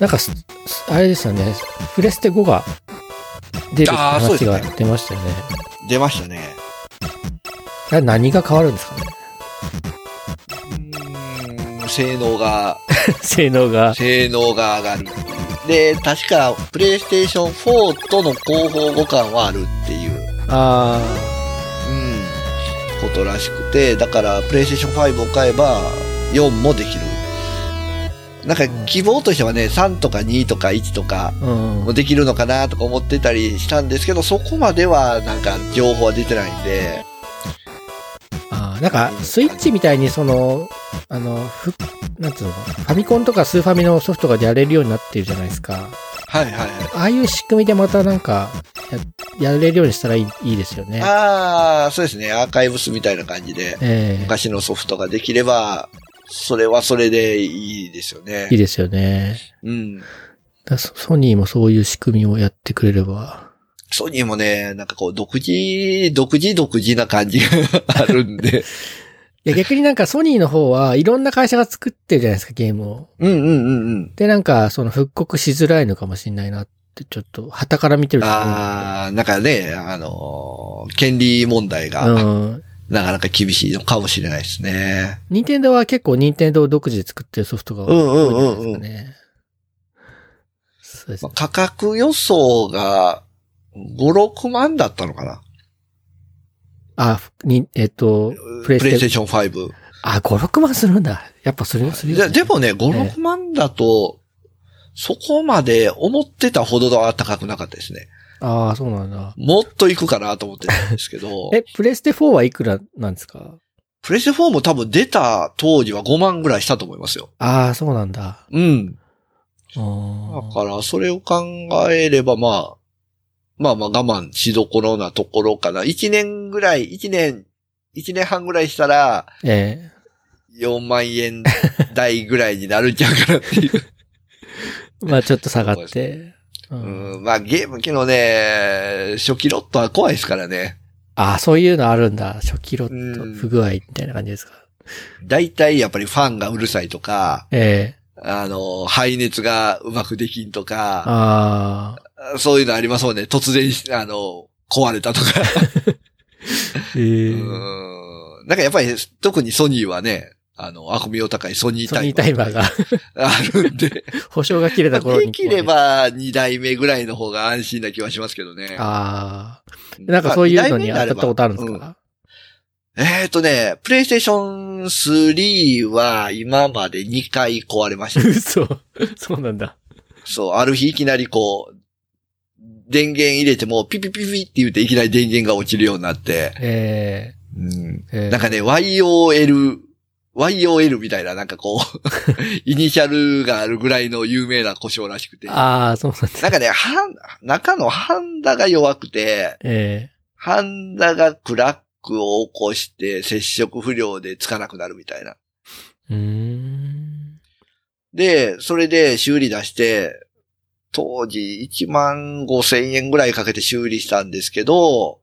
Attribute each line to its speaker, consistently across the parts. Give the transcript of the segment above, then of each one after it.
Speaker 1: なんかす、すあれでしたね、プレステ5が出るって
Speaker 2: あーそうで
Speaker 1: 話
Speaker 2: すね
Speaker 1: が出ましたよね。
Speaker 2: 出ましたね。
Speaker 1: あれ何が変わるんですかね
Speaker 2: うーん、性能が、
Speaker 1: 性能が。
Speaker 2: 性能が上がり。で、確か、プレイステーション4との広報互換はあるっていう、うん、
Speaker 1: あ
Speaker 2: ことらしくて、だから、プレイステーション5を買えば、4もできる。なんか、希望としてはね、3とか2とか1とか、
Speaker 1: あ、うん。
Speaker 2: もできるのかなとか思ってたりしたんですけど、そこまではなんか情報は出てないんで、
Speaker 1: あーなんか、スイッチみたいにその、あの、ふなんつうのファミコンとかスーファミのソフトがやれるようになってるじゃないですか。
Speaker 2: はいはいはい。
Speaker 1: ああいう仕組みでまたなんかや、やれるようにしたらいいいいですよね。
Speaker 2: ああ、そうですね、アーカイブスみたいな感じで、
Speaker 1: ええ
Speaker 2: 昔のソフトができれば、それはそれでいいですよね
Speaker 1: いい。ですよね。
Speaker 2: うん。
Speaker 1: だソソニーもそういう仕組みをやってくれれば。
Speaker 2: ソニーもね、なんかこう、独自、独自独自な感じが あるんで。
Speaker 1: いや逆になんかソニーの方はいろんな会社が作ってるじゃないですか、ゲームを。
Speaker 2: うんうんうんうん。
Speaker 1: で、なんかその復刻しづらいのかもしれないなって、ちょっと旗から見てるところが
Speaker 2: ああ、なんかね、あのー権利問題が、
Speaker 1: うん。
Speaker 2: なかなか厳しいのかもしれないですね。
Speaker 1: 任天堂は結構任天堂独自で作ってるソフトが多いじゃないですかね。そうです
Speaker 2: まあ
Speaker 1: ね。
Speaker 2: 価格予想が5、6万だったのかな
Speaker 1: あ、に、えっと、プ
Speaker 2: プ
Speaker 1: レ
Speaker 2: レ
Speaker 1: イステ
Speaker 2: イステーション5。
Speaker 1: あ、5、6万するんだ。やっぱそれもするよ、
Speaker 2: で
Speaker 1: ね。
Speaker 2: でもね、5、
Speaker 1: ええ
Speaker 2: 6万だと、そこまで思ってたほどは高くなかったですね。
Speaker 1: ああ、そうなんだ。、
Speaker 2: もっといくかなと思ってたんですけ ど
Speaker 1: え、プレステ4はいくらなんですか
Speaker 2: プレステ4も多分出た当時は5万ぐらいしたと思いますよ。
Speaker 1: ああ、そうなんだ。
Speaker 2: うん。
Speaker 1: う
Speaker 2: だ
Speaker 1: ーん
Speaker 2: から、それを考えれば、まあ、まあまあ我慢しどころなところかな。1年ぐらい、1年、1年半ぐらいしたら、
Speaker 1: え
Speaker 2: 4万円台ぐらいになるんちゃうかなって いう。
Speaker 1: えまあちょっと下がって。う、
Speaker 2: うんん、まあゲーム機のね、初期ロットは怖いですからね。
Speaker 1: ああ、そういうのあるんだ。初期ロット
Speaker 2: うん
Speaker 1: 不具合みたいな感じですか。
Speaker 2: 大体やっぱりファンがうるさいとか、
Speaker 1: ええ
Speaker 2: あの、排熱がうまくできんとか、
Speaker 1: ああ。
Speaker 2: そういうのありますもんね。突然、あの、壊れたとか。
Speaker 1: え
Speaker 2: う
Speaker 1: え
Speaker 2: ん。なんかやっぱり、特にソニーはね、あの、悪名高いソニー
Speaker 1: ソ
Speaker 2: タイ
Speaker 1: ニー
Speaker 2: ムが
Speaker 1: タイマーが
Speaker 2: あるんで、
Speaker 1: 保証が切れた頃に。
Speaker 2: できれ。ば2代目ぐらいの方が安心な気はしますけどね。
Speaker 1: ああ。なんかそういうのに当たったことあるんです
Speaker 2: うん
Speaker 1: か、
Speaker 2: えーとね、プレイステーション3は今まで2回壊れ ました。
Speaker 1: 嘘。そうなんだ。
Speaker 2: そう、ある日いきなりこう、電源入れてもピピピピって言っていきなり電源が落ちるようになって、
Speaker 1: え
Speaker 2: うん
Speaker 1: えええ
Speaker 2: なんかね、YOL、YOL みたいななんかこう、 イニシャルがあるぐらいの有名な故障らしくて。な
Speaker 1: ああ、そうなんだ。
Speaker 2: んかね、はん、中のハンダが弱くて、
Speaker 1: え
Speaker 2: ハンダがクラックを起こして接触不良でつかなくなるみたいな。
Speaker 1: えうーん。
Speaker 2: で、それで修理出して、当時1万5千円ぐらいかけて修理したんですけど、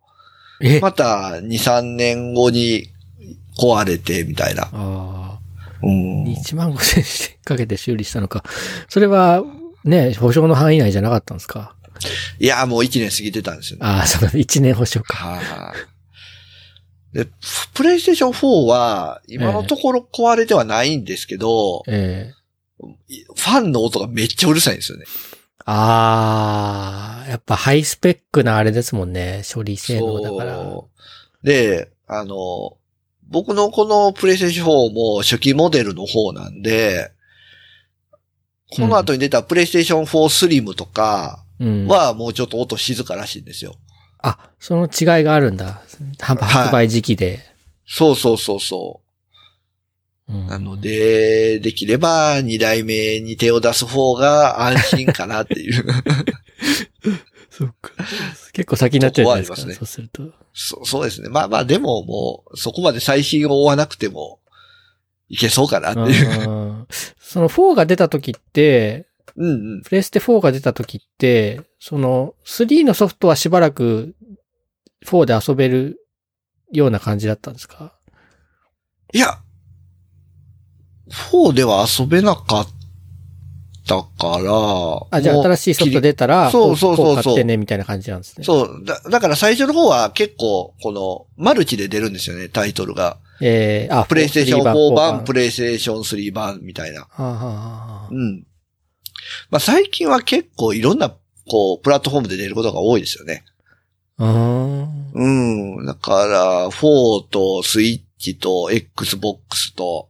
Speaker 1: え、
Speaker 2: また2、3年後に壊れて、みたいな。
Speaker 1: ああ。
Speaker 2: うん。
Speaker 1: 1万5千円かけて修理したのか。それは、ね、保証の範囲内じゃなかったんですか
Speaker 2: いや、もう1年過ぎてたんですよね。
Speaker 1: ああ、そうなんだ。1年保証か。
Speaker 2: はい。で、プレイステーション4は、今のところ壊れてはないんですけど、
Speaker 1: ええ
Speaker 2: ファンの音がめっちゃうるさいんですよね。
Speaker 1: ああ、やっぱハイスペックなあれですもんね。処理性能だから。
Speaker 2: そうで、あの、僕のこのプレイステーション4も初期モデルの方なんで、この後に出たプレイステーション4スリムとか
Speaker 1: うん。
Speaker 2: はもうちょっと音静からしいんですよ。
Speaker 1: あ、その違いがあるんだ。販
Speaker 2: はい
Speaker 1: 発売時期で。
Speaker 2: そうそうそうそ
Speaker 1: うん
Speaker 2: う。なの。で、できれば2代目に手を出す方が安心かなっていう。
Speaker 1: そっか。結構先になっちゃうじゃないですか。
Speaker 2: そこはあり
Speaker 1: そう
Speaker 2: ますね
Speaker 1: すると。
Speaker 2: そそうですね。まあまあでももうそこまで最新を追わなくてもいけそうかなっていう。
Speaker 1: うんその4が出た時って、
Speaker 2: うんうん。
Speaker 1: プレステ4が出た時って、その3のソフトはしばらく4で遊べるような感じだったんですか
Speaker 2: いや、4では遊べなかったから、
Speaker 1: あ、じゃあ
Speaker 2: もう
Speaker 1: 新しいソフト出たら、
Speaker 2: そうそうそうそう
Speaker 1: こ買ってね、みたいな感じなんですね。う。
Speaker 2: そう、だ、だから最初の方は結構、この、マルチで出るんですよね、タイトルが。
Speaker 1: えー、あ、
Speaker 2: プレイステーション4版、プ
Speaker 1: レ
Speaker 2: レイステーション3版みたいな。
Speaker 1: はあはあはあは
Speaker 2: う
Speaker 1: あ
Speaker 2: ん。まあ最近は結構いろんな、こう、プラットフォームで出ることが多いですよね。
Speaker 1: うーん。
Speaker 2: うん。だから、4とスイッチと Xbox と、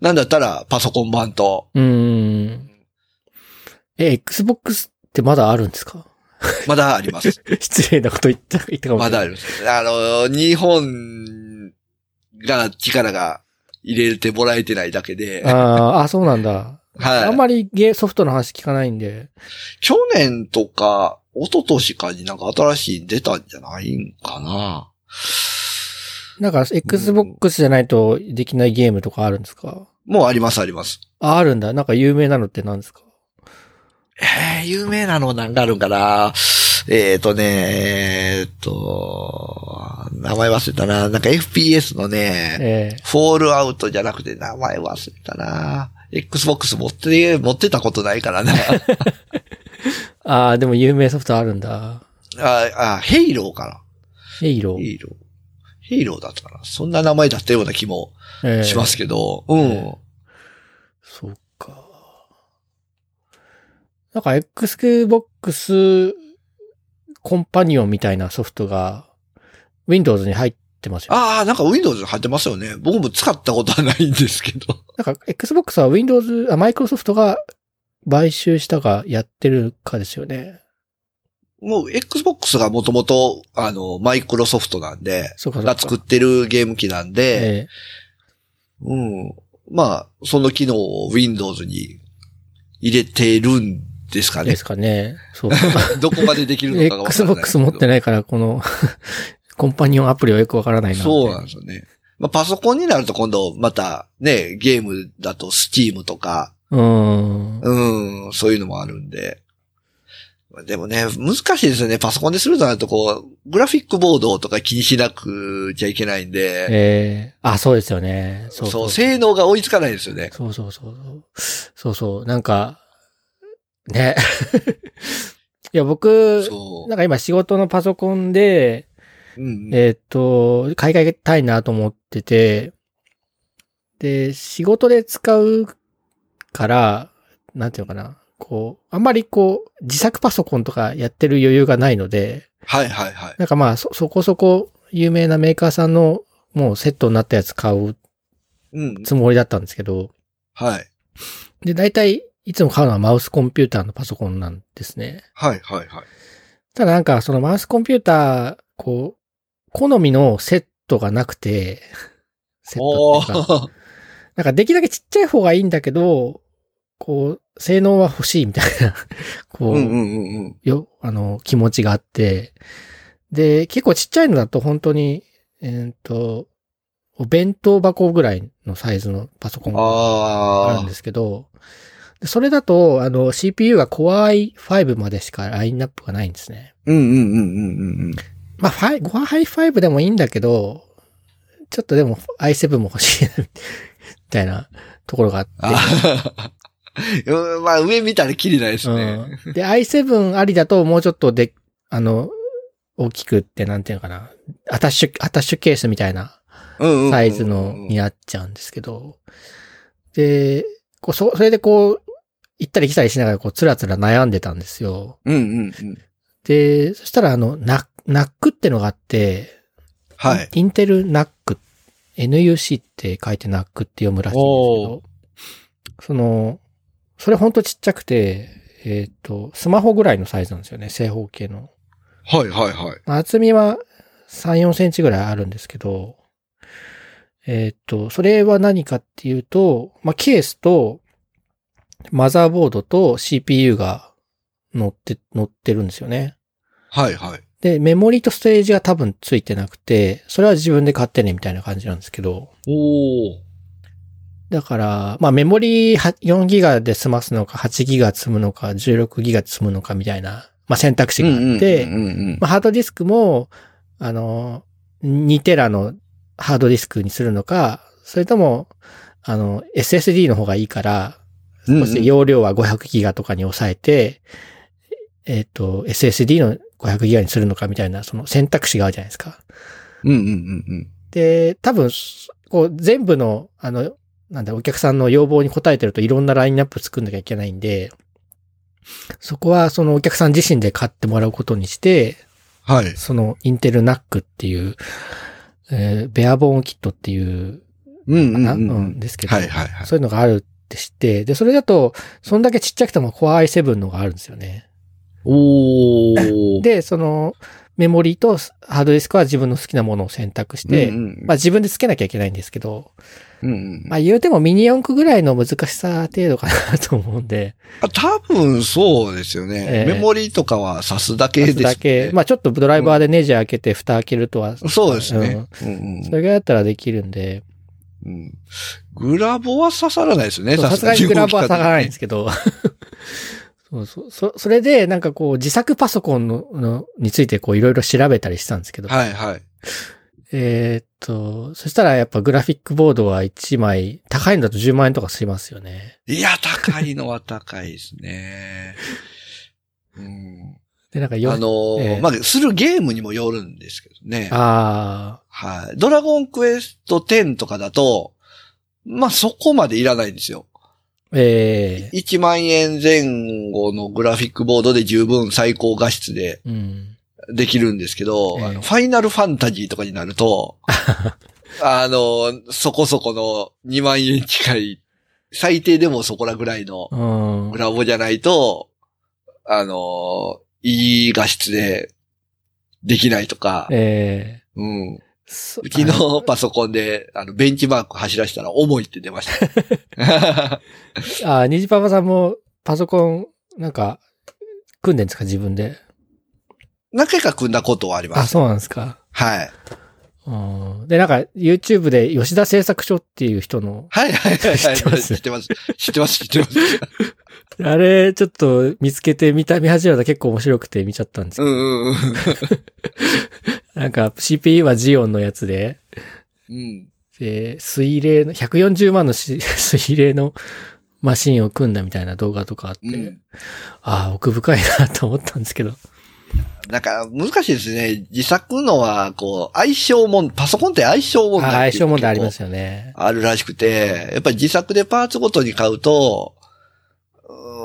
Speaker 2: なんだったらパソコン版と、
Speaker 1: うーん。え、Xbox ってまだあるんですか
Speaker 2: まだあります。
Speaker 1: 失礼なこと言った、言ったかもしれ
Speaker 2: まだ
Speaker 1: ない。
Speaker 2: あります。あの、日本が力が入れてもらえてないだけで、は
Speaker 1: あーあ、そうなんだ。あん
Speaker 2: い。
Speaker 1: まりゲーソフトの話聞かないんで。
Speaker 2: 去年とか、一昨年かになんか新しいの出たんじゃないんかな。
Speaker 1: なんか、Xbox じゃないとできないゲームとかあるんですか
Speaker 2: もうありますあります。
Speaker 1: あ、あるんだ。なんか有名なのって何ですか
Speaker 2: えー、有名なのなんかあるんかな。えっ、ー、とね、えっ、ー、と、名前忘れたな。なんか FPS のね、
Speaker 1: え
Speaker 2: フォールアウトじゃなくて名前忘れたな。Xbox 持って、持ってたことないからな。
Speaker 1: えああ、でも有名ソフトあるんだ。
Speaker 2: あ、あ、ヘイローか
Speaker 1: ヘイロ
Speaker 2: な。ヘ
Speaker 1: ー。
Speaker 2: イロー。ヘイローだったかな。そんな名前だったような気も
Speaker 1: ええ
Speaker 2: しますけど。
Speaker 1: えそうか。なんか Xbox コンパニオンみたいなソフトが Windows に入ってます
Speaker 2: うん。
Speaker 1: よね。
Speaker 2: ああ、なんか Windows 入ってますよね。僕も使ったことはないんですけど。
Speaker 1: なんか Xbox は Windows、あ、Microsoft が買収したかやってるかですよね。
Speaker 2: もう Xbox がもともと、あの、マイクロソフトなんで、
Speaker 1: そうかそうか
Speaker 2: が作ってるゲーム機なん
Speaker 1: え
Speaker 2: で、
Speaker 1: え
Speaker 2: うん。まあ、その機能を Windows に入れてるんですか
Speaker 1: で
Speaker 2: ね。
Speaker 1: すかね。 そう。
Speaker 2: どこまでできるのかがわからないけど。
Speaker 1: Xbox 持ってないから、この コンパニオンアプリはよくわからないな。
Speaker 2: そうなんですよね。まあ、パソコンになると今度またね、ゲームだと Steam とか、
Speaker 1: うーん。
Speaker 2: うん、そういうのもあるんで。まあでもね、難しいですよね。パソコンでするとなるとこう、グラフィックボードとか気にしなくちゃいけないんで、
Speaker 1: ええあ、そうですよね。そ
Speaker 2: そ
Speaker 1: ううそうそう
Speaker 2: 性能が追いつかないですよね。
Speaker 1: そうそうそうそう。そうそう。なんか、ね。 いや、僕、
Speaker 2: そ
Speaker 1: なんか今仕事のパソコンで、
Speaker 2: う。うんうん、
Speaker 1: えーっと、買い替えたいなと思ってて、で、仕事で使うから、なんていうのかな。こう、あんまりこう、自作パソコンとかやってる余裕がないので、
Speaker 2: はいはいはい。
Speaker 1: なんかまあ、そ、そこそこ有名なメーカーさんの、もうセットになったやつ買う
Speaker 2: うん。
Speaker 1: つもりだったんですけど、
Speaker 2: はい。
Speaker 1: で、大体、いつも買うのはマウスコンピューターのパソコンなんですね。
Speaker 2: はいはいはい。
Speaker 1: ただなんか、そのマウスコンピューター、こう、好みのセットがなくて、 セット
Speaker 2: お
Speaker 1: っていうか、
Speaker 2: ー
Speaker 1: なんかできるだけちっちゃい方がいいんだけど、こう、性能は欲しいみたいな、 こう、
Speaker 2: うんうんうんうん。
Speaker 1: よ、あの、気持ちがあって、で、結構ちっちゃいのだと本当に、えーっと、お弁当箱ぐらいのサイズのパソコンがある
Speaker 2: あ
Speaker 1: んですけど、でそれだと、あの、CPU が Core i5 までしかラインナップがないんですね。
Speaker 2: ー。うんうんうんうんうんうん。
Speaker 1: まあ、5 Core i5 でもいいんだけど、ちょっとでも i7 も欲しいな、みたいなところがあって。
Speaker 2: あーうんまあ、上見たらキリないですね。
Speaker 1: うん、で、i7 ありだともうちょっとで、あの、大きくって、なんていうのかな。アタッシュ、アタッシュケースみたいな
Speaker 2: うんうんうん
Speaker 1: サイズのになっちゃうんですけど、で、こうそ、それでこう、行ったり来たりしながら、こう、つらつら悩んでたんですよ。
Speaker 2: うんうんうん。
Speaker 1: で、そしたら、あの、ナナックってのがあって、
Speaker 2: はい。
Speaker 1: インテルナック、NUC って書いてナックって読むらしいんですけど、その、それほんとちっちゃくて、えっ、と、スマホぐらいのサイズなんですよね、正方形の。
Speaker 2: はいはいはい。
Speaker 1: まあ厚みは3、4センチぐらいあるんですけど、えーっと、それは何かっていうと、まあ、ケースと、マザーボードと CPU が乗って、乗ってるんですよね。
Speaker 2: はいはい。
Speaker 1: で、メモリーとストレージが多分ついてなくて、それは自分で買ってねみたいな感じなんですけど、
Speaker 2: おー。
Speaker 1: だから、まあメモリーは4ギガで済ますのか、8ギガ積むのか、16ギガ積むのかみたいな、まあ選択肢があって、
Speaker 2: うんうんうん
Speaker 1: まあ、ハードディスクも、あの、2テラのハードディスクにするのか、それとも、あの、SSD の方がいいから、
Speaker 2: うんう
Speaker 1: そ
Speaker 2: ん
Speaker 1: して容量は500ギガとかに抑えて、えっ、と、SSD の500ギガにするのかみたいな、その選択肢があるじゃないですか。
Speaker 2: うんうんうんうん。
Speaker 1: で、多分、こう、全部の、あの、なんだ、お客さんの要望に応えてるといろんなラインナップ作んなきゃいけないんで、そこはそのお客さん自身で買ってもらうことにして、
Speaker 2: はい。
Speaker 1: そのインテルナックっていう、えーベアボーンキットっていう、
Speaker 2: うん
Speaker 1: か
Speaker 2: うん
Speaker 1: な、
Speaker 2: う
Speaker 1: うん
Speaker 2: ん。
Speaker 1: ですけど、
Speaker 2: はいはいはい。
Speaker 1: そういうのがあるって知って、で、それだと、そんだけちっちゃくても Core i7 のがあるんですよね。
Speaker 2: おー。
Speaker 1: で、その、メモリーとハードディスクは自分の好きなものを選択して、
Speaker 2: うんうん
Speaker 1: まあ自分で付けなきゃいけないんですけど、
Speaker 2: うんうん
Speaker 1: まあ言うてもミニ四駆ぐらいの難しさ程度かなと思うんで、
Speaker 2: あ多分そうですよ
Speaker 1: え
Speaker 2: ね。
Speaker 1: え
Speaker 2: メモリとかは挿すだけです
Speaker 1: 出す
Speaker 2: ね。
Speaker 1: だけ、まあちょっとドライバーでネジ開けて蓋開けるとは、
Speaker 2: そうです
Speaker 1: う
Speaker 2: ね
Speaker 1: ん。
Speaker 2: うんうん
Speaker 1: それぐらいだったらできるんで、
Speaker 2: うんグラボは刺さらないですよね。
Speaker 1: そうさすがに
Speaker 2: 刺
Speaker 1: グラ
Speaker 2: さ。
Speaker 1: ブは下がらないんですすけど。 そうそう。そ、それで、なんかこう、自作パソコンの、のについてこう、いろいろ調べたりしたんですけど。
Speaker 2: はいはい。
Speaker 1: えーっと、そしたらやっぱグラフィックボードは1枚、高いのだと10万円とかしますよね。
Speaker 2: いや、高いのは高いですね。 うん、
Speaker 1: で、なんかよ
Speaker 2: あのー
Speaker 1: ええ
Speaker 2: まあ、するゲームにもよるんですけどね。
Speaker 1: あ
Speaker 2: はい。ドラゴンクエスト10とかだと、まあ、そこまでいらないんですよ。
Speaker 1: ー、え
Speaker 2: 1万円前後のグラフィックボードで十分最高画質で
Speaker 1: ー、うん。
Speaker 2: できるんですけど、
Speaker 1: ええ
Speaker 2: あのファイナルファンタジーとかになると、 あの、そこそこの2万円近い、最低でもそこらぐらいの
Speaker 1: うん
Speaker 2: グ。ラボじゃないと、あの、いい画質でできないとか、
Speaker 1: え
Speaker 2: うん。
Speaker 1: ー、そう
Speaker 2: ち
Speaker 1: あ
Speaker 2: のパソコンで、あの、ベンチマーク走らせたら重いって出 ました。
Speaker 1: あー、ニジパパさんもパソコン、なんか、組んでんですか自分で。
Speaker 2: 何回か組んだことはありま
Speaker 1: あ、
Speaker 2: す。
Speaker 1: そうなんですか。
Speaker 2: はい。
Speaker 1: うん。で、なんか、YouTube で吉田製作所っていう人の、
Speaker 2: はいはいはいは い。
Speaker 1: 知ってます
Speaker 2: 知ってます。知ってます。知ってます。
Speaker 1: あれ、ちょっと見つけて見た、見始めたら結構面白くて見ちゃったんですけ
Speaker 2: うんうんうん。
Speaker 1: ど、なんか CPU はジオンのやつで、
Speaker 2: うん。
Speaker 1: で、水冷の、140万のし 水冷のマシンを組んだみたいな動画とかあって、
Speaker 2: うん
Speaker 1: ああ、奥深いなと思ったんですけど。
Speaker 2: なんか、難しいですね。自作のは、こう、相性もん、パソコンって相性問
Speaker 1: あ
Speaker 2: 題っていう
Speaker 1: 相性問題ありま
Speaker 2: 結
Speaker 1: すよね。
Speaker 2: 構あるらしくて、やっぱり自作でパーツごとに買うと、うん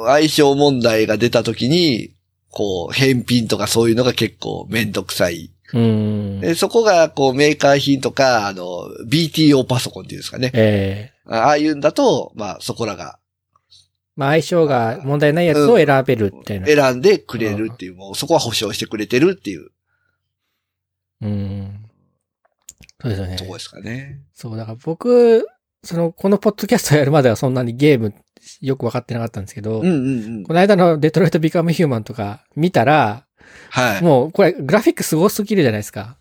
Speaker 2: 相性問題が出た時に、こう、返品とかそういうのが結構めんどくさい。
Speaker 1: うん。え
Speaker 2: でそこが、こう、メーカー品とか、あの、BTO パソコンっていうんですかね。
Speaker 1: え
Speaker 2: あああいうんだと、まあ、そこらが
Speaker 1: まあ相性が問題ないやつを選べるみたいな。
Speaker 2: 選んでくれるっていう、もう、そこは保証してくれてるっていう
Speaker 1: うん。そうですよね
Speaker 2: と。こですかね。
Speaker 1: そう、だから僕、その、このポッドキャストやるまではそんなにゲームよくわかってなかったんですけど、
Speaker 2: うんうんうん
Speaker 1: こ。の間のデトロイトビカムヒューマンとか見たら、
Speaker 2: はい。
Speaker 1: もうこれグラフィックすごすぎるじゃないですか。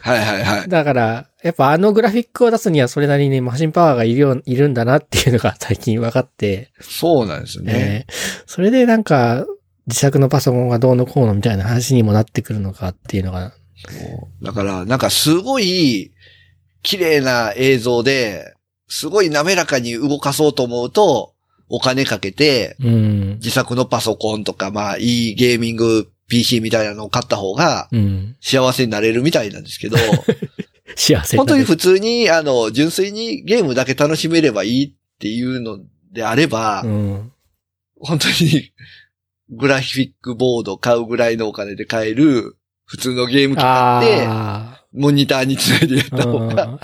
Speaker 2: はいはいはい。
Speaker 1: だから、やっぱあのグラフィックを出すにはそれなりにマシンパワーがいるよういるんだなっていうのが最近分かって、
Speaker 2: そうなんですよね。
Speaker 1: えーそれでなんか自作のパソコンがどうのこうのみたいな話にもなってくるのかっていうのが、
Speaker 2: そうだから、なんかすごい綺麗な映像で、すごい滑らかに動かそうと思うと、お金かけて、
Speaker 1: うん、
Speaker 2: 自作のパソコンとか、まあ、いいゲーミング PC みたいなのを買った方が
Speaker 1: うん、
Speaker 2: 幸せになれるみたいな んですけど、
Speaker 1: 幸せ
Speaker 2: 本当に
Speaker 1: ふ
Speaker 2: 普通に、あの、純粋にゲームだけ楽しめればいいっていうのであれば、
Speaker 1: うん、
Speaker 2: 本当に、グラフィックボード買うぐらいのお金で買える、普通のゲーム機買って、
Speaker 1: あ
Speaker 2: モニターにつないでやっ
Speaker 1: あ、
Speaker 2: た方が
Speaker 1: う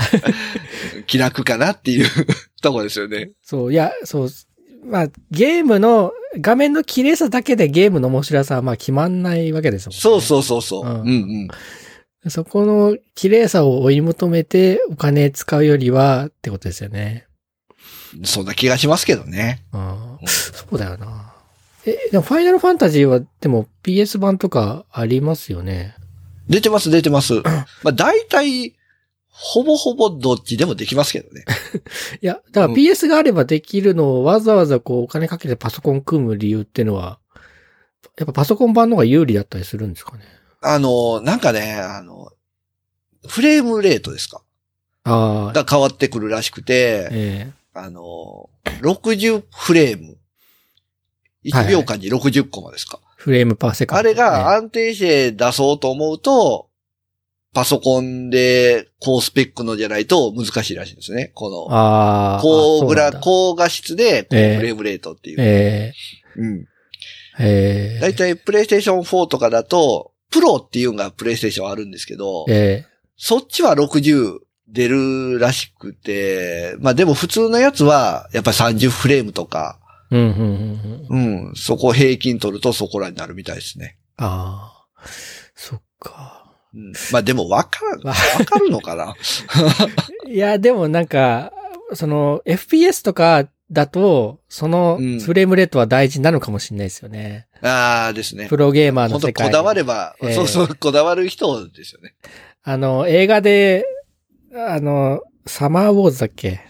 Speaker 1: ん
Speaker 2: 気楽かなっていう とこですよね。
Speaker 1: そう、いや、そう、まあゲームの画面の綺麗さだけでゲームの面白さはまあ決まんないわけですもんね。
Speaker 2: そうそうそうそう。
Speaker 1: う
Speaker 2: うんんうん。
Speaker 1: そこの綺麗さを追い求めてお金使うよりはってことですよね。
Speaker 2: そんな気がしますけどね。
Speaker 1: うん
Speaker 2: う、ん
Speaker 1: そうだよな。え、でもファイナルファンタジーはでも PS 版とかありますよね。
Speaker 2: 出てます出てます。まあ大体、ほぼほぼどっちでもできますけどね。
Speaker 1: いや、だから PS があればできるのをわざわざこうお金かけてパソコン組む理由っていうのは、やっぱパソコン版の方が有利だったりするんですかね。
Speaker 2: あの、なんかね、あの、フレームレートですか
Speaker 1: ああ、
Speaker 2: が変わってくるらしくて、
Speaker 1: え
Speaker 2: あの、60フレーム1秒間に60コマですか。
Speaker 1: フレームパーセカン
Speaker 2: あ
Speaker 1: ド、
Speaker 2: れが
Speaker 1: ね
Speaker 2: 安定して出そうと思うと、パソコンで高スペックのじゃないと難しいらしいんですね。この、
Speaker 1: あーあ、
Speaker 2: 高グ
Speaker 1: そうな
Speaker 2: ラ、
Speaker 1: んだ
Speaker 2: 高画質で、高フ
Speaker 1: ええ
Speaker 2: レームレートっていう。
Speaker 1: え
Speaker 2: うん。
Speaker 1: ー、えー、
Speaker 2: だいたいプレイステーション4とかだと、プロっていうのがプレイステーションあるんですけど、
Speaker 1: え
Speaker 2: そっちは60出るらしくて、まあでも普通のやつは、やっぱり30フレームとか、
Speaker 1: ー、うん、うん、うんうん。
Speaker 2: うん、そこ平均取るとそこらになるみたいですね。
Speaker 1: ああ、そっか。
Speaker 2: うん、まあでもわから ん、
Speaker 1: わ
Speaker 2: わかるのかな
Speaker 1: いや、でもなんか、その、FPS とかだと、その
Speaker 2: うん
Speaker 1: フレームレートは大事なのかもしれないですよね。
Speaker 2: ああですね
Speaker 1: プ。ロゲーマー
Speaker 2: ほ
Speaker 1: の
Speaker 2: んと
Speaker 1: 世界。
Speaker 2: こだわれば、
Speaker 1: ええ
Speaker 2: そうそう、こだわる人ですよね。
Speaker 1: あの、映画で、あの、サマーウォーズだっけ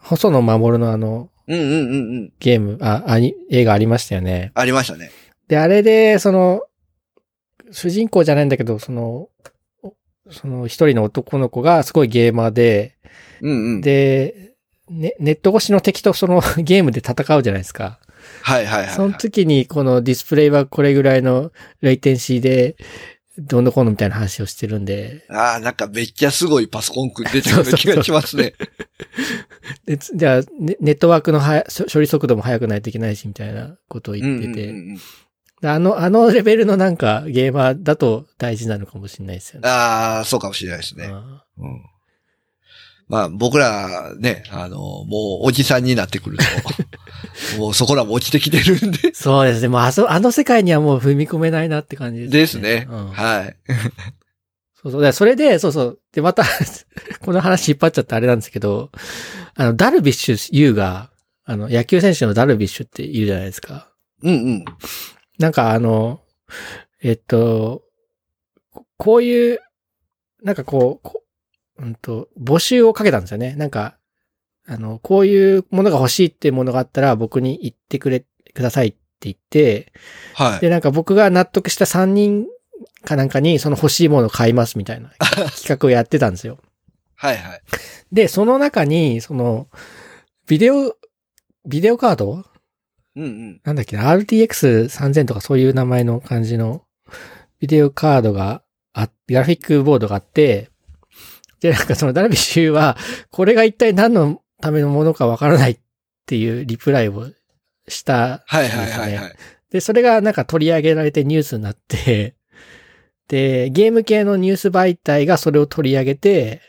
Speaker 1: 細野守のあの、
Speaker 2: うんうんうんうん。
Speaker 1: ゲーム、あ、あに映画ありましたよね。
Speaker 2: ありましたね。
Speaker 1: で、あれで、その、主人公じゃないんだけど、その、おその一人の男の子がすごいゲーマーで、
Speaker 2: うんうん。
Speaker 1: で、ね、ネット越しの敵とその ゲームで戦うじゃないですか。
Speaker 2: はいはいはいはい。
Speaker 1: その時にこのディスプレイはこれぐらいのレイテンシーで、どんどこうのみたいな話をしてるんで、
Speaker 2: ああ、なんかめっちゃすごいパソコンく出てくる気が しますね。
Speaker 1: でつじゃあネネットワークのはや処処理速度も速くないといけないしみたいなことを言ってて、
Speaker 2: うんうんうんうん
Speaker 1: であの、あのレベルのなんかゲーマーだと大事なのかもしれないですよね。
Speaker 2: ああ、そうかもしれないですね。
Speaker 1: あ
Speaker 2: うんまあ僕らね、あの、もうおじさんになってくる と、もうそこらも落ちてきてるんで
Speaker 1: ー。そうですね。もうあそ、あの世界にはもう踏み込めないなって感じ
Speaker 2: で
Speaker 1: ですす
Speaker 2: ね。
Speaker 1: ね。うん
Speaker 2: はい。
Speaker 1: そうそう。で、それで、そうそう。で、また、 この話引っ張っちゃってあれなんですけど、あの、ダルビッシュ有が、あの、野球選手のダルビッシュっているじゃないですか。
Speaker 2: うんうん。
Speaker 1: なんかあの、えっと、ここういう、なんかこう、こうんと、募集をかけたんですよね。なんか、あの、こういうものが欲しいっていうものがあったら僕に言ってくれ、くださいって言って、
Speaker 2: はい。
Speaker 1: で、なんか僕が納得した3人かなんかにその欲しいものを買いますみたいな企画をやってたんですよ。
Speaker 2: はいはい。
Speaker 1: で、その中に、その、ビデオ、ビデオカード
Speaker 2: うんうん。
Speaker 1: なんだっけな ?RTX3000 とかそういう名前の感じのビデオカードがあ、グラフィックボードがあって、で、なんかそのダルビッシュ有は、これが一体何のためのものかわからないっていうリプライをした
Speaker 2: はいはいはいはい。
Speaker 1: で、それがなんか取り上げられてニュースになって、 で、ゲーム系のニュース媒体がそれを取り上げて、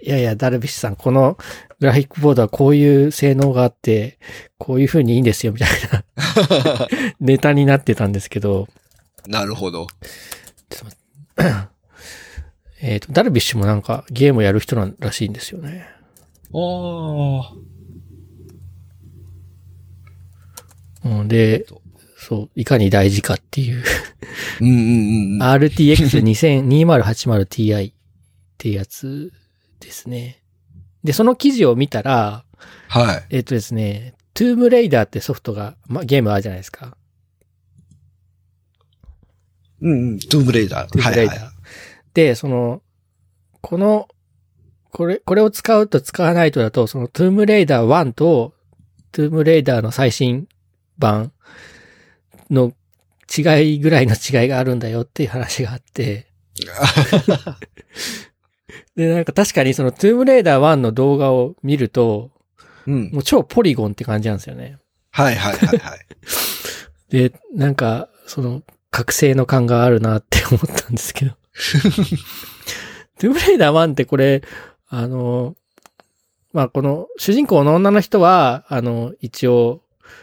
Speaker 1: いやいや、ダルビッシュさん、このグラフィックボードはこういう性能があって、こういう風にいいんですよ、みたいなネタになってたんですけど、
Speaker 2: なるほど。
Speaker 1: えっ、と、ダルビッシュもなんかゲームやる人なんらしいんですよね。
Speaker 2: おー。
Speaker 1: うん、で、そう、いかに大事かっていう。
Speaker 2: うんうんうん。
Speaker 1: RTX2080Ti ってやつですね。で、その記事を見たら、
Speaker 2: はい。
Speaker 1: えっとですね、トゥームレイダーってソフトが、ま、ゲームあるじゃないですか。
Speaker 2: うんうん。トゥームレイダー。
Speaker 1: トゥー
Speaker 2: は
Speaker 1: ム
Speaker 2: いは
Speaker 1: レ
Speaker 2: い
Speaker 1: イダー。。で、その、この、これ、これを使うと使わないとだと、そのトゥームレイダー1と、トゥームレイダーの最新版の違いぐらいの違いがあるんだよっていう話があ って、で、なんか確かにそのトゥームレイダー1の動画を見ると、
Speaker 2: うん。
Speaker 1: もう超ポリゴンって感じなんですよね。
Speaker 2: はいはいはいはい。
Speaker 1: で、なんか、その、覚醒の感があるなって 思ったんです けど。トゥームレイダー1ってこれ、あの、まあ、この、主人公の女の人は、あの、一応、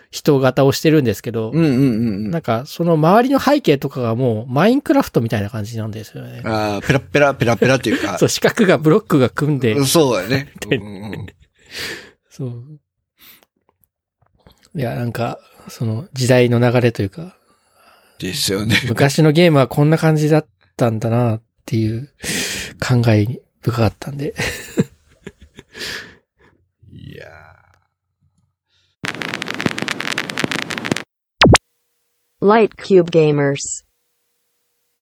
Speaker 1: 人型をしてるんですけど、
Speaker 2: うんうんうんうん
Speaker 1: なん。か、その周りの背景とかがもう、マインクラフトみたいな感じなんですよね。
Speaker 2: ああ、ペラペラペラペラっていう か
Speaker 1: そ。う、四角が、ブロックが組んで、
Speaker 2: そうや ね。うんうんうん
Speaker 1: そう。いや、なんか、その、時代の流れというか、
Speaker 2: ですよね。
Speaker 1: 昔のゲームはこんな感じだったんだなっていう考えに深かったんで。
Speaker 2: いやー
Speaker 3: Light Cube Gamers.